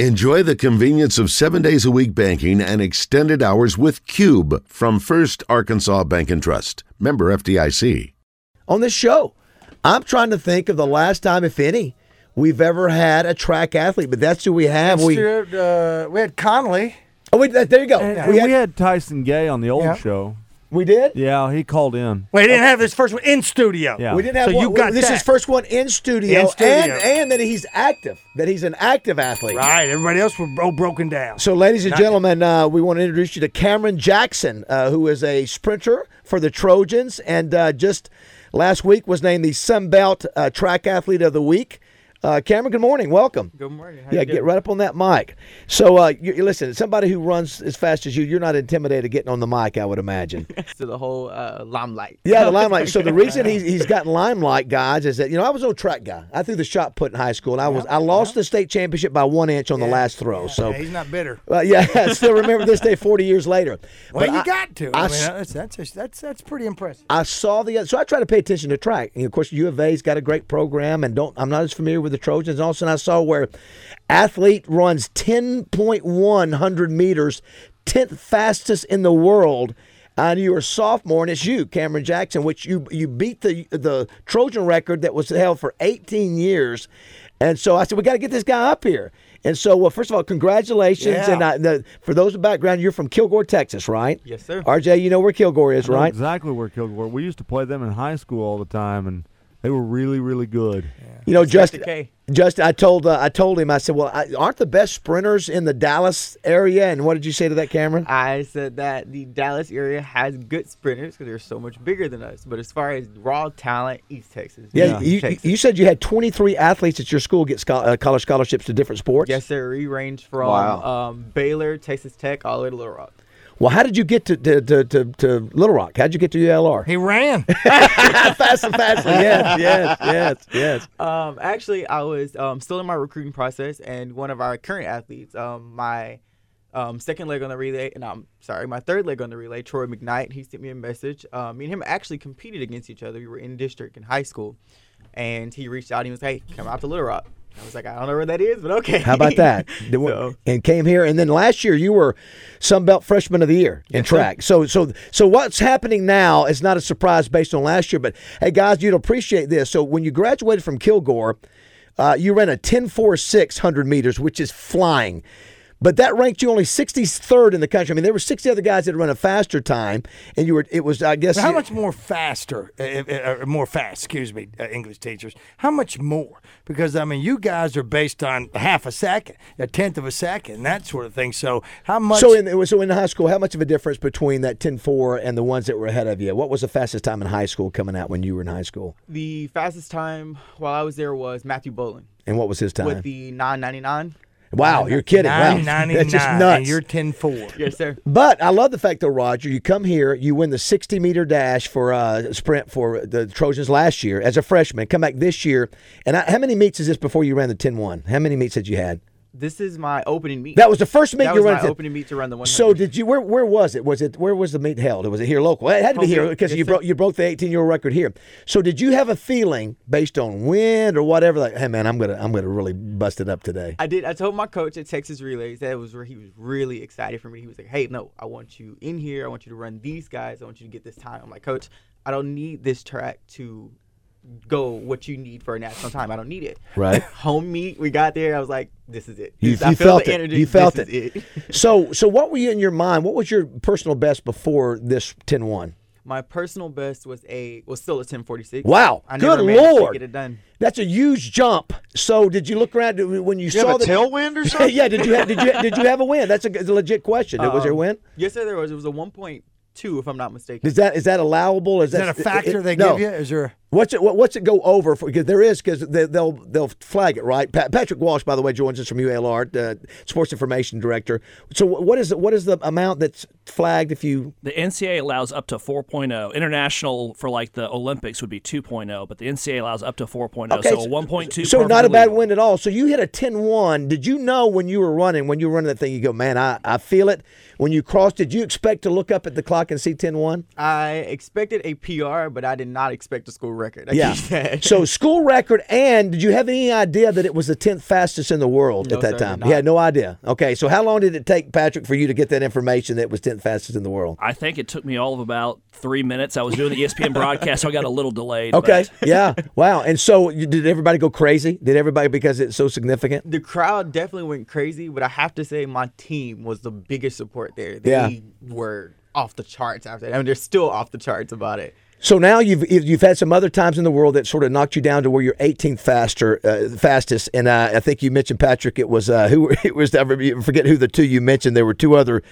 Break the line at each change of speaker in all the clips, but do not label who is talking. Enjoy the convenience of seven days a week banking and extended hours with Cube from First Arkansas Bank and Trust, member FDIC.
on this show. I'm trying to think of the last time, if any, we've ever had a track athlete, but that's who we have.
We,
We
uh, we had Connolly.
oh wait, that- there you go.
And we, had, Tyson Gay on the old
Yeah.
show.
we did.
Yeah, he called in.
We didn't have this first one in studio.
Yeah.
We didn't have
So
one.
you got
this
that.
is first one in studio,
In studio.
and and that he's active, that he's an active athlete.
Right. Everybody else were bro- broken down.
So, ladies and gentlemen, uh, we want to introduce you to Cameron Jackson, uh, who is a sprinter for the Trojans, and uh, just last week was named the Sun Belt uh, Track Athlete of the Week. Uh, Cameron, good morning. Welcome. Good morning. yeah, get right up on that mic. So, uh, you, you listen, somebody who runs as fast as you, you're not intimidated getting on the mic, I would imagine.
to the whole uh, limelight.
Yeah, the limelight. So the reason he's he's gotten limelight, guys, is that you know I was an old track guy. I threw the shot put in high school, and I was I lost the state championship by one inch on the last throw. So
Yeah, he's not bitter.
uh, yeah, I still remember this day 40 years later.
Well,
But
you
I-
got to. I,
I
mean,
s-
that's, that's, just- that's, that's pretty impressive.
I saw the so I try to pay attention to track. And of course, U of A's got a great program, and don't I'm not as familiar with the Trojans. All of a sudden, I saw where athlete runs 10.1 hundred meters, tenth fastest in the world. And you were a sophomore, and it's you, Cameron Jackson, which you you beat the the Trojan record that was held for 18 years. And so I said, we got to get this guy up here. And so, well, first of all, congratulations.
Yeah.
And I, the, for those with background, you're from Kilgore, Texas, right?
Yes, sir.
RJ, you know where Kilgore is,
I know
right?
Exactly where Kilgore. We used to play them in high school all the time, and they were really, really good.
You know, just
Dr. K.
just I told uh, I told him I said, well, I, aren't the best sprinters in the Dallas area? And what did you say to that, Cameron?
I said that the Dallas area has good sprinters because they're so much bigger than us. But as far as raw talent, East Texas.
yeah,
East
you, you,
Texas.
you said you had 23 athletes at your school get scho- uh, college scholarships to different sports.
yes, sir. We range from
Wow.
um, Baylor, Texas Tech, all the way to Little Rock.
Well, how did you get to to, to, to, to Little Rock? How'd you get to ULR?
He ran.
fast and fast. yes, yes, yes, yes.
Um, actually, I was um, still in my recruiting process, and one of our current athletes, um, my um, second leg on the relay, and I'm sorry, my third leg on the relay, Troy McKnight, he sent me a message. Um, me and him actually competed against each other. We were in district in high school, and he reached out and he was like, hey, come out to Little Rock. I was like, I don't know where that is, but okay.
How about that? The one-
so,
And came here, and then last year you were Sun Belt Freshman of the Year in track. So, so, so what's happening now is not a surprise based on last year. But hey, guys, you'd appreciate this. So, when you graduated from Kilgore, uh, you ran a 10.46 hundred meters, which is flying. But that ranked you only 63rd in the country. I mean, there were 60 other guys that run a faster time, and you were. It was, I guess,
How much more faster, uh, uh, uh, more fast, excuse me, uh, English teachers, how much more? Because, I mean, you guys are based on half a second, a tenth of a second, that sort of thing. So, how much?
So in it was- so in high school, how much of a difference between that 10.4 and the ones that were ahead of you? What was the fastest time in high school coming out when you were in high school?
the fastest time while I was there was Matthew Bowling
And what was his time?
with the 999.
wow, you're kidding. Wow. That's just
999,
nuts.
And you're 10 4.
Yes, sir.
But I love the fact, though, Roger, you come here, you win the 60 meter dash for uh, sprint for the Trojans last year as a freshman. Come back this year. And I, how many meets is this before you ran the 10 1? How many meets had you had?
This is my opening meet.
That was the first meet
That
you
was
ran.
my
to-
opening meet to run the 100.
So did you? Where where was it? Was it where was the meet held? Was it here local? It had to be
Home
here
field.
because
Yes,
you
sir.
broke you broke the 18 year record here. So did you have a feeling based on wind or whatever? Like, hey man, I'm gonna I'm gonna really bust it up today.
I did. I told my coach at Texas Relays that was where he was really excited for me. He was like, "Hey, no, I want you in here. I want you to run these guys. I want you to get this time." I'm like, "Coach, I don't need this track to go what you need for a national time. I don't need it."
Right.
Home meet, we got there. I was like, "This is it.
You,
This- I
you
feel
felt
the
it.
energy.
You felt
This is it.
so so what were you in your mind? What was your personal best before this 10-1?
My personal best was a was still a 1046.
Wow.
I
Good
never managed
lord.
to get it done.
That's a huge jump. So did you look around when you, saw
have a
the
tailwind or something?
yeah, did you have, did you did you have a win? That's a, it's a legit question. was there a win?
Yes, sir. There was. It was a 1.2, if I'm not mistaken.
Is that is that allowable? Is,
Is that a factor they give you? Is there?
What's it? What, what's it go over? For, because there is because they, they'll they'll flag it right. Pat, Patrick Walsh, by the way, joins us from UALR, uh, sports information director. So wh- what is the, what is the amount that's flagged if you?
the NCAA allows up to 4.0. International for like the Olympics would be 2.0, but the NCAA allows up to 4.0. so a 1.2.
So not a
perfectly
bad
legal.
win at all. So you hit a 10-1. Did you know when you were running when you were running that thing? You go, man, I, I feel it. When you crossed, did you expect to look up at the clock and see 10-1?
I expected a PR, but I did not expect to score record. I
Yeah.
keep that.
so school record, and did you have any idea that it was the tenth fastest in the world
No,
at that
sir,
time?
not.
You had no idea. Okay, so how long did it take Patrick for you to get that information that it was tenth fastest in the world?
I think it took me all of about three minutes. I was doing the E ESPN broadcast, so I got a little delayed.
Okay,
but-
yeah, wow. And so you, did everybody go crazy? Did everybody because it's so significant?
the crowd definitely went crazy, but I have to say my team was the biggest support there. They
Yeah.
were off the charts after that. I mean, they're still off the charts about it.
So now you've you've had some other times in the world that sort of knocked you down to where you're 18th faster uh, fastest, and uh, I think you mentioned Patrick. It was uh, who it was. I forget who the two you mentioned. There were two other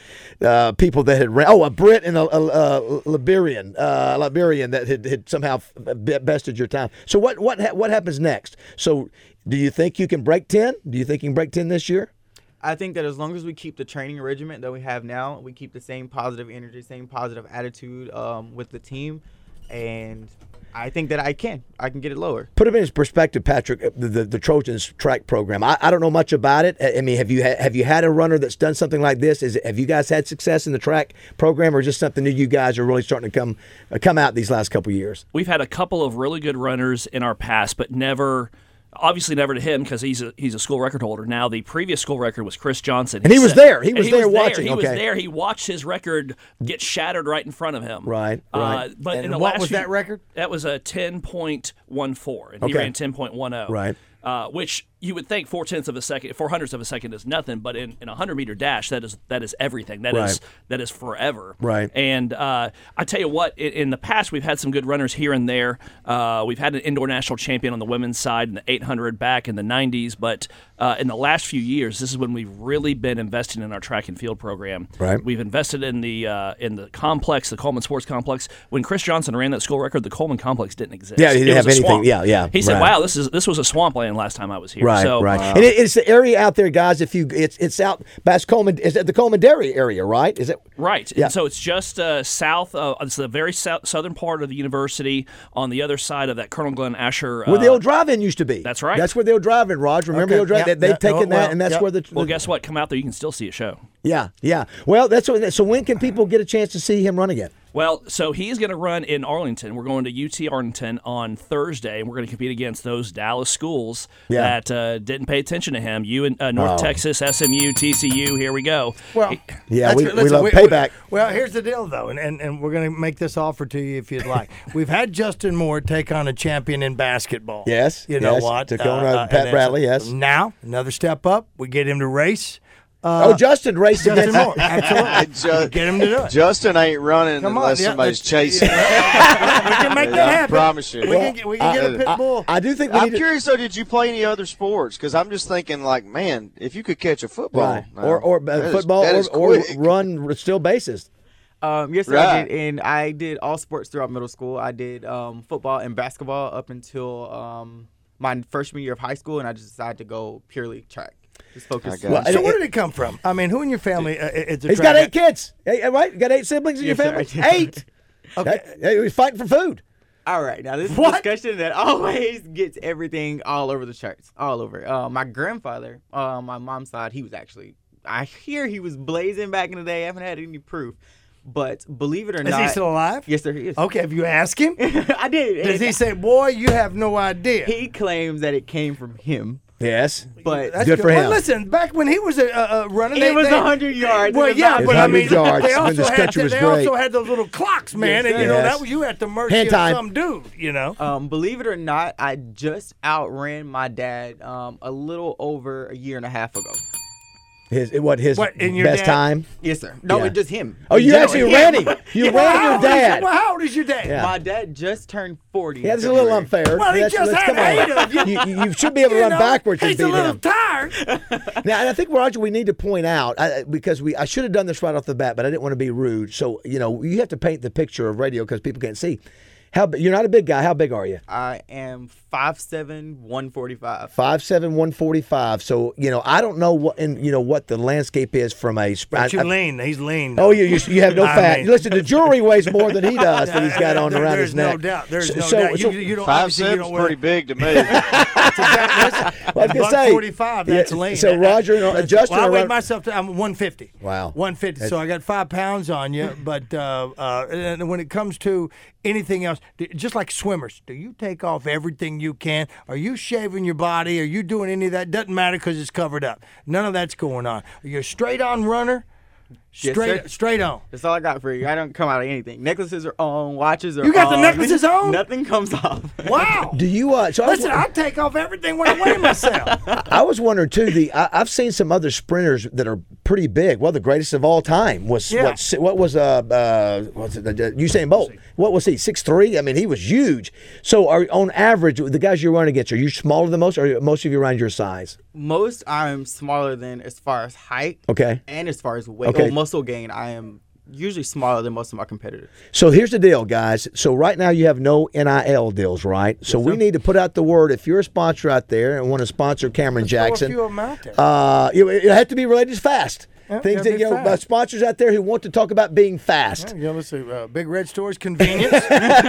uh, people that had ran. Oh, a Brit and a, a, a Liberian, uh, Liberian that had, had somehow uh, be- bested your time. So what what ha- what happens next? So do you think you can break 10? Do you think you can break 10 this year?
I think that as long as we keep the training regiment that we have now, we keep the same positive energy, same positive attitude um, with the team, and I think that I can. I can get it lower.
Put it in perspective, Patrick. uh, The, the, the Trojans track program. I, I don't know much about it. I, I mean, have you ha- have you had a runner that's done something like this? Is it, have you guys had success in the track program, or just something that you guys are really starting to come uh, come out these last couple years?
We've had a couple of really good runners in our past, but never, obviously never to him because he's a, he's a school record holder. Now the previous school record was Chris Johnson,
And he was there. He
and
was there watching.
He
Okay.
was there. He watched his record get shattered right in front of him.
Right,
Uh,
right.
but
And
in the
what
last
was
few-
that record?
That was a ten point one four, and
Okay.
he ran ten point one zero.
Right.
Uh, which you would think four tenths of a second, four hundredths of a second is nothing, but in, in a hundred meter dash, that is that is everything. That is
Right.
that is forever.
Right.
And uh, I tell you what, in, in the past we've had some good runners here and there. Uh, we've had an indoor national champion on the women's side in the 800 back in the 90s, but uh, in the last few years, this is when we've really been investing in our track and field program.
Right.
We've invested in the uh, in the complex, the Coleman Sports Complex. When Chris Johnson ran that school record, the Coleman Complex didn't exist.
Yeah, he didn't
It was
have
a
anything.
swamp.
Yeah, yeah,
He said,
right.
"Wow, this is this was a swampland last time I was here."
Right,
so, uh,
right.
uh,
And it, it's the area out there, guys. If you, it's it's out past Coleman. Is that the Coleman Dairy area? Right? Is it?
Right.
Yeah.
And so it's just uh, south of it's the very sou- southern part of the university on the other side of that Colonel Glenn Asher. Uh,
Where the old drive-in used to be.
That's right.
That's where the old drive-in, Raj. Remember
Okay,
the old drive?
yeah,
that they've
yeah, Oh,
taken
well,
that, and that's
yeah.
where the, the
well, guess what? Come out there, you can still see a show.
yeah, yeah. Well, that's what. So when can people get a chance to see him run again?
Well, so he's going to run in Arlington. We're going to UT Arlington on Thursday, and we're going to compete against those Dallas schools
Yeah.
that uh, didn't pay attention to him. You in uh, North Texas, SMU, TCU. Here we go.
Well,
Yeah,
that's
we-
good.
we love payback.
well, here's the deal, though, and, and, and we're going to make this offer to you if you'd like. We've had Justin Moore take on a champion in basketball.
Yes,
You know
yes,
what?
took on, uh,
and
Pat
it's-
Bradley, yes.
Now, another step up. We get him to race. uh,
oh, Justin raced
Justin
against
Moore. Absolutely.
Ju-
get him to do it.
Justin ain't running
Come on,
unless
yeah,
somebody's
let's-
chasing. him.
we can make that
I
happen.
promise you.
We
Well,
can get, we can get a pit bull.
I do think we
I'm
need to-
curious though, did you play any other sports? Because I'm just thinking, like, man, if you could catch a football,
Right.
now,
or or uh,
that is-
football
that is
or, or
quick.
run r- still bases.
Um, yes, sir, I
Right.
did, and I did all sports throughout middle school. I did um, football and basketball up until um, my freshman year of high school, and I just decided to go purely track. Just focus.
got Well,
it.
so where did it come from? I mean, who in your family? Uh, it's a
He's got
track-
eight kids. Hey, right? You got eight siblings in
Yes,
your
sir,
family?
I do.
Eight. okay. Hey, he was fighting for food.
All right, now this is a
What?
discussion that always gets everything all over the charts, all over. Uh, my grandfather, uh, my mom's side, he was actually, I hear he was blazing back in the day. I haven't had any proof, but believe it or
Is
not,
he still alive?
Yes, sir, he is.
Okay, if you ask him,
I did.
does
and
he say, "Boy, you have no idea"?
He claims that it came from him,
Yes.
but
That's
Good for
Well,
him.
listen, back when he was a, a, a running,
It
they,
was
they,
100 yards.
Well,
It was
yeah,
not
but I
100
mean,
yards
they
when
also
this
had
country
to-
was
they
great.
also had those little clocks, man, and you know
Yes.
that was you at the mercy
Hand
of
time.
some dude, you know.
Um, believe it or not, I just outran my dad um, a little over a year and a half ago.
His what his
What, and your
best
dad-
time.
Yes, sir. No,
Yeah.
it's just him.
Oh, you
Just
actually
him.
ran him. You
Well,
ran
how
your
old is-
dad.
well, how old is your dad?
Yeah.
My dad just turned 40. in
Yeah, that's a little
February.
unfair.
Well, he
That's-
just
that's-
had
come on.
eight of
you. you. you should be able to
You
run
know,
backwards and
he's
beat
a little
him.
tired.
Now, and I think Roger, we need to point out I, I- because we I should have done this right off the bat, but I didn't want to be rude. So you know, you have to paint the picture of radio because people can't see. How b- you're not a big guy. How big are you?
I am 5'7", 145.
Five seven one forty five. So you know, I don't know what and you know what the landscape is from a. sp- I-
But you
I-
lean. He's lean.
Oh, you, you you have no
I
fat.
mean- uh,
Listen, the jewelry weighs more than he does that he's got on
There-
around
there's
his neck.
no doubt. There's
So-
no
so-
doubt. You,
so-
you don't,
Five
obviously you
seven's
don't wear-
pretty big to me.
That's exactly. That's,
Well, I was gonna
buck
say,
45. That's
yeah,
lean.
so
That-
Roger and-
that's-
Justin
Uh, Well, I
are
weighed
around-
myself. To, I'm 150.
Wow.
150. so I got five pounds on you. But uh, uh, and when it comes to anything else, d- just like swimmers, do you take off everything you can? Are you shaving your body? Are you doing any of that? Doesn't matter because it's covered up. None of that's going on. You're a straight on runner.
Yes,
Straight,
sir.
straight on.
That's all I got for you. I don't come out of anything. Necklaces are on. Watches are.
You got the
on.
necklaces on?
Nothing comes off.
Wow.
Do you? Uh, so I was
Listen, I take off everything when I weigh myself.
I was wondering too. The I, I've seen some other sprinters that are pretty big. Well, the greatest of all time was
Yeah.
what? si- What was uh, uh what's it, uh, Usain Bolt? What was he? Six three. I mean, he was huge. So, are on average the guys you're running against? Are you smaller than most, or are most of you around your size?
Most I'm smaller than as far as height.
Okay.
And as far as weight
Okay.
or muscle gain, I am usually smaller than most of my competitors.
So here's the deal, guys. So right now you have no NIL deals, right? So we need to put out the word. If you're a sponsor out there and want to sponsor Cameron
throw a
Jackson,
few of 'em out there.
Uh, you know, it, it had to be related to fast.
Yeah,
Things
gotta
that
be
you know,
fast.
uh, sponsors out there who want to talk about being fast.
Yeah, let's see. Uh, Big Red Store's convenience. you know what?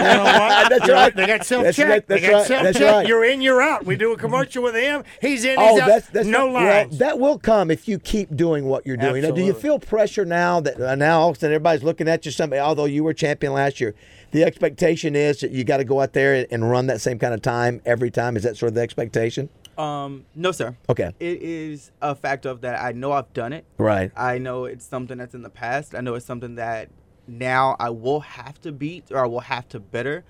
That's
You know,
right.
They got
That's
self check.
right,
They
that's
got
right,
self
that's
check.
right. Oh,
You're in, you're out. We do a commercial with him. He's in, he's out. no
not- well,
lines.
that will come if you keep doing what you're doing. Now, do you
Absolutely.
feel pressure now that uh, now all of a sudden everybody's looking at you? Somebody, although you were champion last year, the expectation is that you got to go out there and, and run that same kind of time every time. Is that sort of the expectation?
Um, no, sir.
Oh.
Okay.
It is a fact of that I know I've done it.
Right.
I know it's something that's in the past. I know it's something that now I will have to beat or I will have to better.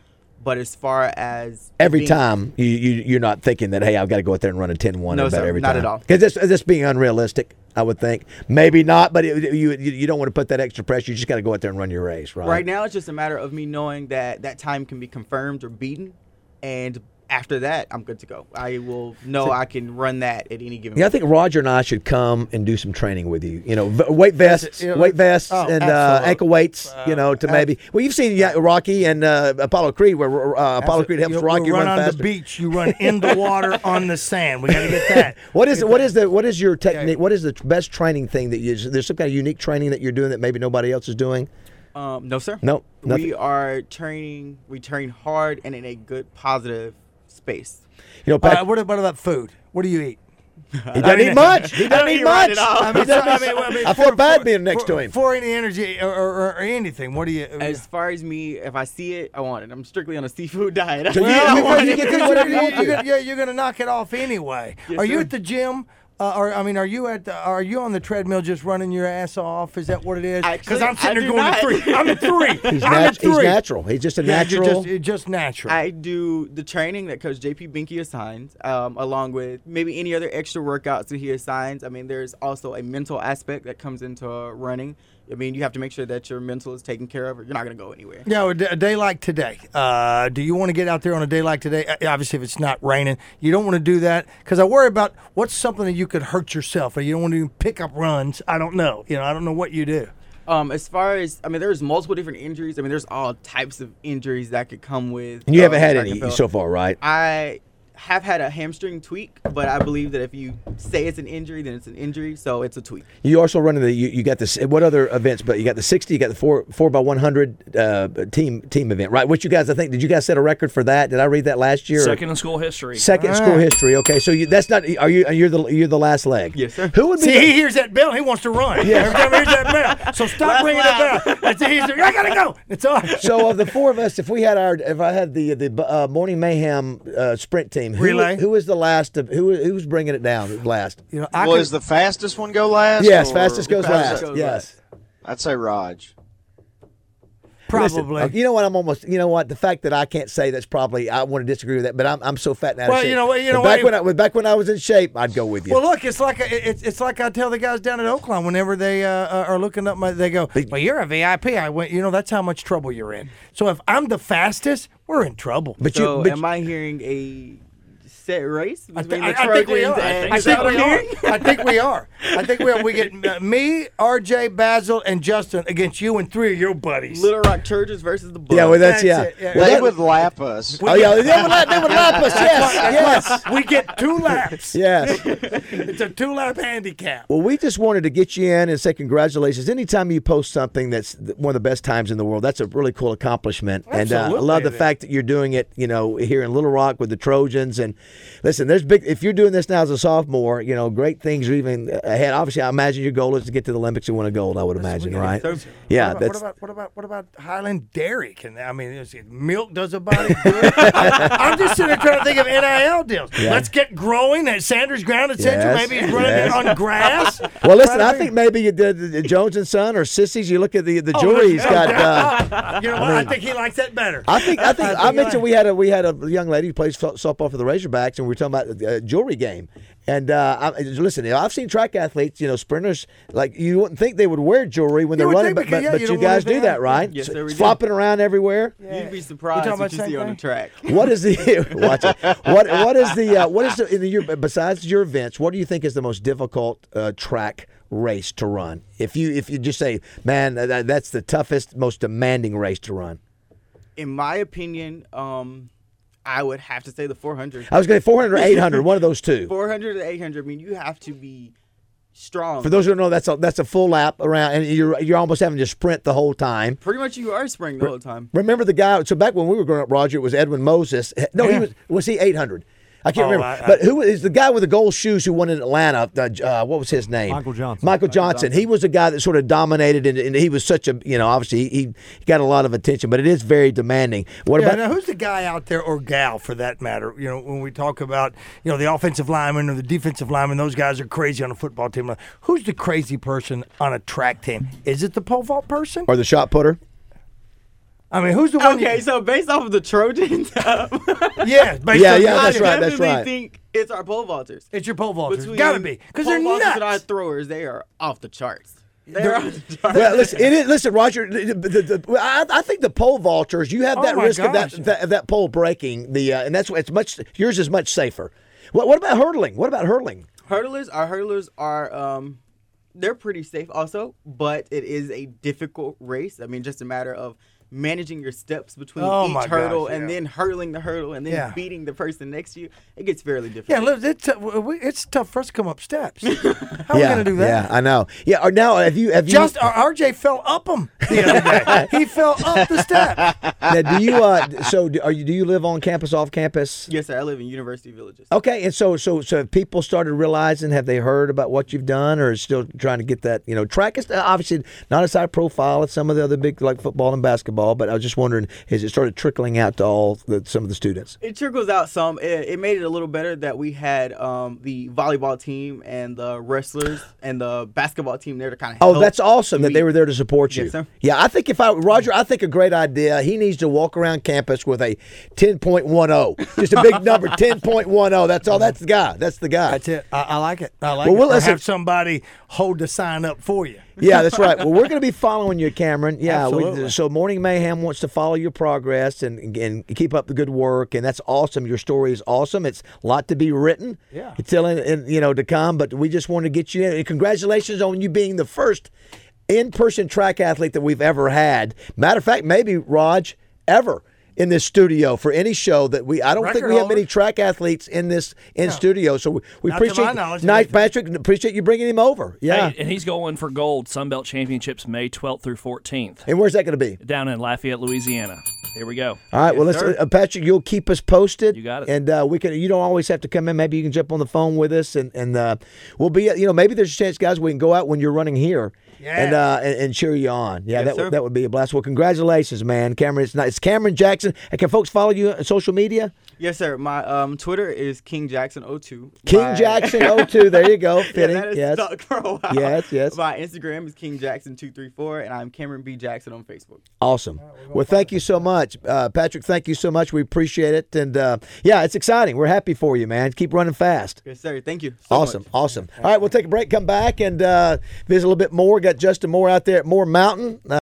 But as far as
Every
being-
time you, you you're not thinking that hey I've got to go out there and run a 10-1
No,
or better
sir,
every
not
time
at all.
because that's that's being unrealistic I would think maybe not but it, you you you don't want to put that extra pressure you just got to go out there and run your race right
Right now, it's just a matter of me knowing that that time can be confirmed or beaten, and after that, I'm good to go. I will know I can run that at any given.
Yeah, I
moment.
think Roger and I should come and do some training with you. You know, v- weight vests,
yeah,
weight vests,
oh,
and uh,
absolutely.
ankle weights. you know, to maybe. Well, you've seen yeah, Rocky and uh, Apollo Creed, where uh, Apollo Creed helps
You
Rocky run,
run on
faster.
the beach. You run in the water on the sand. We got to get that.
What is what is the what is your technique? What is the best training thing that you? Is there some kind of unique training that you're doing that maybe nobody else is doing?
Um, no, sir.
No, nothing.
We are training. We train hard and in a good, positive space.
You know,
All
Pat,
right, Uh, what about about food? What do you eat?
he doesn't eat much. He doesn't eat much.
at all.
He
mean,
doesn't-
I mean, I mean,
I feel
for-
bad
for-
being next
for-
to him.
For any energy or, or, or anything, what do you.
As far as me, if I see it, I want it. I'm strictly on a seafood diet.
you-
Well,
you-
I want
you
it.
can do
You're
whatever you
gonna-
want to.
you're gonna- Yeah, you're gonna knock it off anyway. are you
sir.
at the gym? Uh, or I mean, are you at? The, are you on the treadmill just running your ass off? Is that what it is? Because
Actually,
I'm sitting
I
there
do
going to
not.
three. I'm at three.
He's,
I'm
nat-
at three.
he's natural. He's just a
Yeah, you're
natural.
just, you're just natural.
I do the training that Coach JP Binky assigns, um, along with maybe any other extra workouts that he assigns. I mean, there's also a mental aspect that comes into uh, running. I mean, you have to make sure that your mental is taken care of, or you're not going to go anywhere.
Yeah, a d- a day like today. Uh, do you want to get out there on a day like today? Uh, Obviously, if it's not raining, you don't want to do that because I worry about what's something that you could hurt yourself or you don't want to pick up runs. I don't know. You know, I don't know what you do.
Um, as far as I mean, there's multiple different injuries. I mean, there's all types of injuries that could come with.
you haven't
um,
had
track and
any
field.
so far,
uh,
right?
I have had a hamstring tweak, but I believe that if you say it's an injury, then it's an injury, so it's a tweak.
You also running the you, you got this what other events? But you got the sixty, you got the four four by one hundred uh, team team event, right? Which you guys, I think, did you guys set a record for that? Did I read that last year?
Second in school history.
Second in school history. Okay, so you, that's not. Are you? You're the you're the last leg.
Yes, sir.
Who would be?
See, he
the-
hears that bell, he wants to run. Yeah. Every time he hears that bell, so stop ringing the bell. That's it. He's like, I gotta go. It's all. right.
so of the four of us, if we had our, if I had the the uh, morning mayhem uh, sprint team, who,
Relay.
who is the last of who who's bringing it down last?
you know, I
Well, is the fastest one go last?
Yes,
or-
fastest goes last.
fastest goes
yes.
I'd say Raj.
Listen,
probably.
uh, you know what? I'm almost. You know what? The fact that I can't say that's probably. I want to disagree with that, but I'm, I'm so fat now.
Well, you know what- you know
back
what?
When I, back when I was in shape, I'd go with you.
well, look, it's like a, it's it's like I tell the guys down at Oakland whenever they uh, uh, are looking up my, they go, "Well, you're a VIP." I went, you know, that's how much trouble you're in. So if I'm the fastest, we're in trouble.
but
So,
you, but
am I hearing a set race
I,
between
I-
the
I think we
Trojans
are.
and
I think we
Southern?
are. I think we are. I think we are. We get uh, me, RJ, Basil, and Justin against you and three of your buddies.
Little Rock Churches versus the Bucks.
yeah, well, that's,
That's
yeah.
it, yeah.
Well,
They
that-
would lap us.
oh yeah, they would lap, they would lap us. Yes,
we get two laps.
yes, yes.
It's a two lap handicap.
Well, we just wanted to get you in and say congratulations. Anytime you post something that's th- one of the best times in the world, that's a really cool accomplishment. and uh, I
Absolutely,
love the
it is.
fact that you're doing it, you know, here in Little Rock with the Trojans. And listen, there's big. If you're doing this now as a sophomore, you know, great things are even ahead. Obviously, I imagine your goal is to get to the Olympics and win a gold. I would imagine, right? yeah,
what
that's.
about, what about what about what about Highland Dairy? Can I mean, is it- milk does a body good. I'm, I'm just sitting there trying to think of NIL deals. Let's get growing at Sanders Ground at Central.
Yes,
Maybe he's running
yes.
it on grass.
well, listen.
Try to
I think maybe you did the, the Jones and Son or Sissies. You look at the
Oh,
the jury. He's got. Uh,
You know what? I think he likes that better.
I think I think I
think
mentioned we had a we had a young lady who plays fo- softball for the Razorbacks, and we were talking about a jewelry game. And uh, I, listen, you know, I've seen track athletes, you know, sprinters, like you wouldn't think they would wear jewelry when they're
would
running, but
think
but,
because, yeah,
but
you
you
don't want
guys
it
do
there.
that, right?
Yes,
S-
there we do.
Flopping around everywhere.
You'd be
You
surprised
talking
what you
about
see on the
same
track.
What is the watch it. What what is the uh, what is the in the, your, besides your events? What do you think is the most difficult uh, track race to run? If you if you just say, man, that, that's the toughest, most demanding race to run.
In my opinion, um, I would have to say the 400.
I was going to say 400 or 800, one of those two.
400 to 800. I mean, you have to be strong.
For those who don't know, that's a that's a full lap around, and you're you're almost having to sprint the whole time.
Pretty much, you are sprinting the whole time.
Remember the guy? So back when we were growing up, Roger, it was Edwin Moses. No, he
Yeah.
was was he 800? I can't
Oh,
remember.
I- I-
but who is the guy with the gold shoes who won in Atlanta? Uh, uh, what was his name?
Michael Johnson.
Michael Johnson. He was a guy that sort of dominated, and, and he was such a you know obviously he, he got a lot of attention, but it is very demanding. What
Yeah,
about
now who's the guy out there or gal for that matter? You know, when we talk about you know the offensive lineman or the defensive lineman, those guys are crazy on a football team. Who's the crazy person on a track team? Is it the pole vault person?
or the shot putter?
I mean, who's the one?
Okay, so based off of the Trojans,
yeah, based
Yeah,
on-
yeah, that's right, that's
I definitely
right.
think it's our pole vaulters.
It's your pole vaulters.
Between
Gotta be, because they're
pole vaulters
nuts.
and our throwers, they are off the charts. They're off the charts.
well, listen, it is, listen, Roger. The, the, the, I, I think the pole vaulters, you have
Oh
that
my
risk of that,
gosh.
that of that pole breaking. The uh, and that's why it's much yours is much safer. What, what about hurdling? What about hurdling?
hurdlers, our hurdlers are um, they're pretty safe also, but it is a difficult race. I mean, just a matter of managing your steps between
Oh my
each
gosh,
hurdle and
yeah.
then hurling the hurdle and then
Yeah.
beating the person next to you. It gets fairly
yeah,
difficult.
look, it's, uh, we- it's tough for us to come up steps. How are we
yeah,
Oh, gonna do that?
Yeah, I know. Yeah, or now have you have you
Just uh, RJ fell up him the other day. he fell up the step.
now, do you uh, so do, are you do you live on campus off campus?
yes, sir. I live in University Villages.
Okay, and so so so have people started realizing have they heard about what you've done or is still trying to get that you know track is obviously not as high profile as some of the other big like football and basketball, but I was just wondering has it started trickling out to all the, some of the students?
It trickles out some. It, it made it a little better that we had um, the volleyball team and the wrestlers and the basketball team there to kind of.
Oh, that's awesome that they were there to support you.
Yes, sir.
Yeah, I think if I Roger, I think a great idea. He needs to walk around campus with a 10.10, oh. just a big number, 10.10. oh. That's all. That's the guy. That's the guy.
That's it. I, I like it. I like
Well,
it.
we'll
Or
listen-
have somebody hold the sign up for you.
Yeah, that's right. Well, we're going to be following you, Cameron. Yeah. We,
Absolutely.
so Morning Mayhem wants to follow your progress and and keep up the good work, and that's awesome. Your story is awesome. It's a lot to be written.
Yeah.
It's still in, in you know to come, but we just want to get you in. And congratulations on you being the first in-person track athlete that we've ever had. Matter of fact, maybe Raj ever. In this studio for any show that we, I don't think
Record
we have
holder.
many track athletes in this in studio, so we, we
Not to my
appreciate.
knowledge.
Nice, Patrick. Appreciate you bringing him over. Yeah,
Hey, and he's going for gold Sun Belt Championships May 12th through 14th
and where's that going to be?
down in Lafayette, Louisiana. Here we go.
All right. well, let's, uh, Patrick, you'll keep us posted.
You got it.
And uh, we can. You don't always have to come in. Maybe you can jump on the phone with us, and and uh, we'll be. You know, maybe there's a chance, guys, we can go out when you're running here. And,
Yeah.
uh, and and cheer you on. Yeah, that
sir.
would that would be a blast. Well, congratulations, man, Cameron. It's not. It's Cameron Jackson. And can folks follow you on social media?
Yes, sir. My um, Twitter is King Jackson 02.
King
My-
Jackson 02. There you go.
Yeah,
Fitting.
that is
yes.
stuck for a while.
Yes, yes.
My Instagram is King Jackson 234 and I'm Cameron B Jackson on Facebook.
Awesome. Well, thank you so much, uh, Patrick. Thank you so much. We appreciate it. And uh, yeah, it's exciting. We're happy for you, man. Keep running fast.
Yes, sir. Thank you. so
Awesome,
much.
awesome. All right, we'll take a break, come back, and uh, visit a little bit more. Got Justin Moore out there at Moore Mountain. Uh,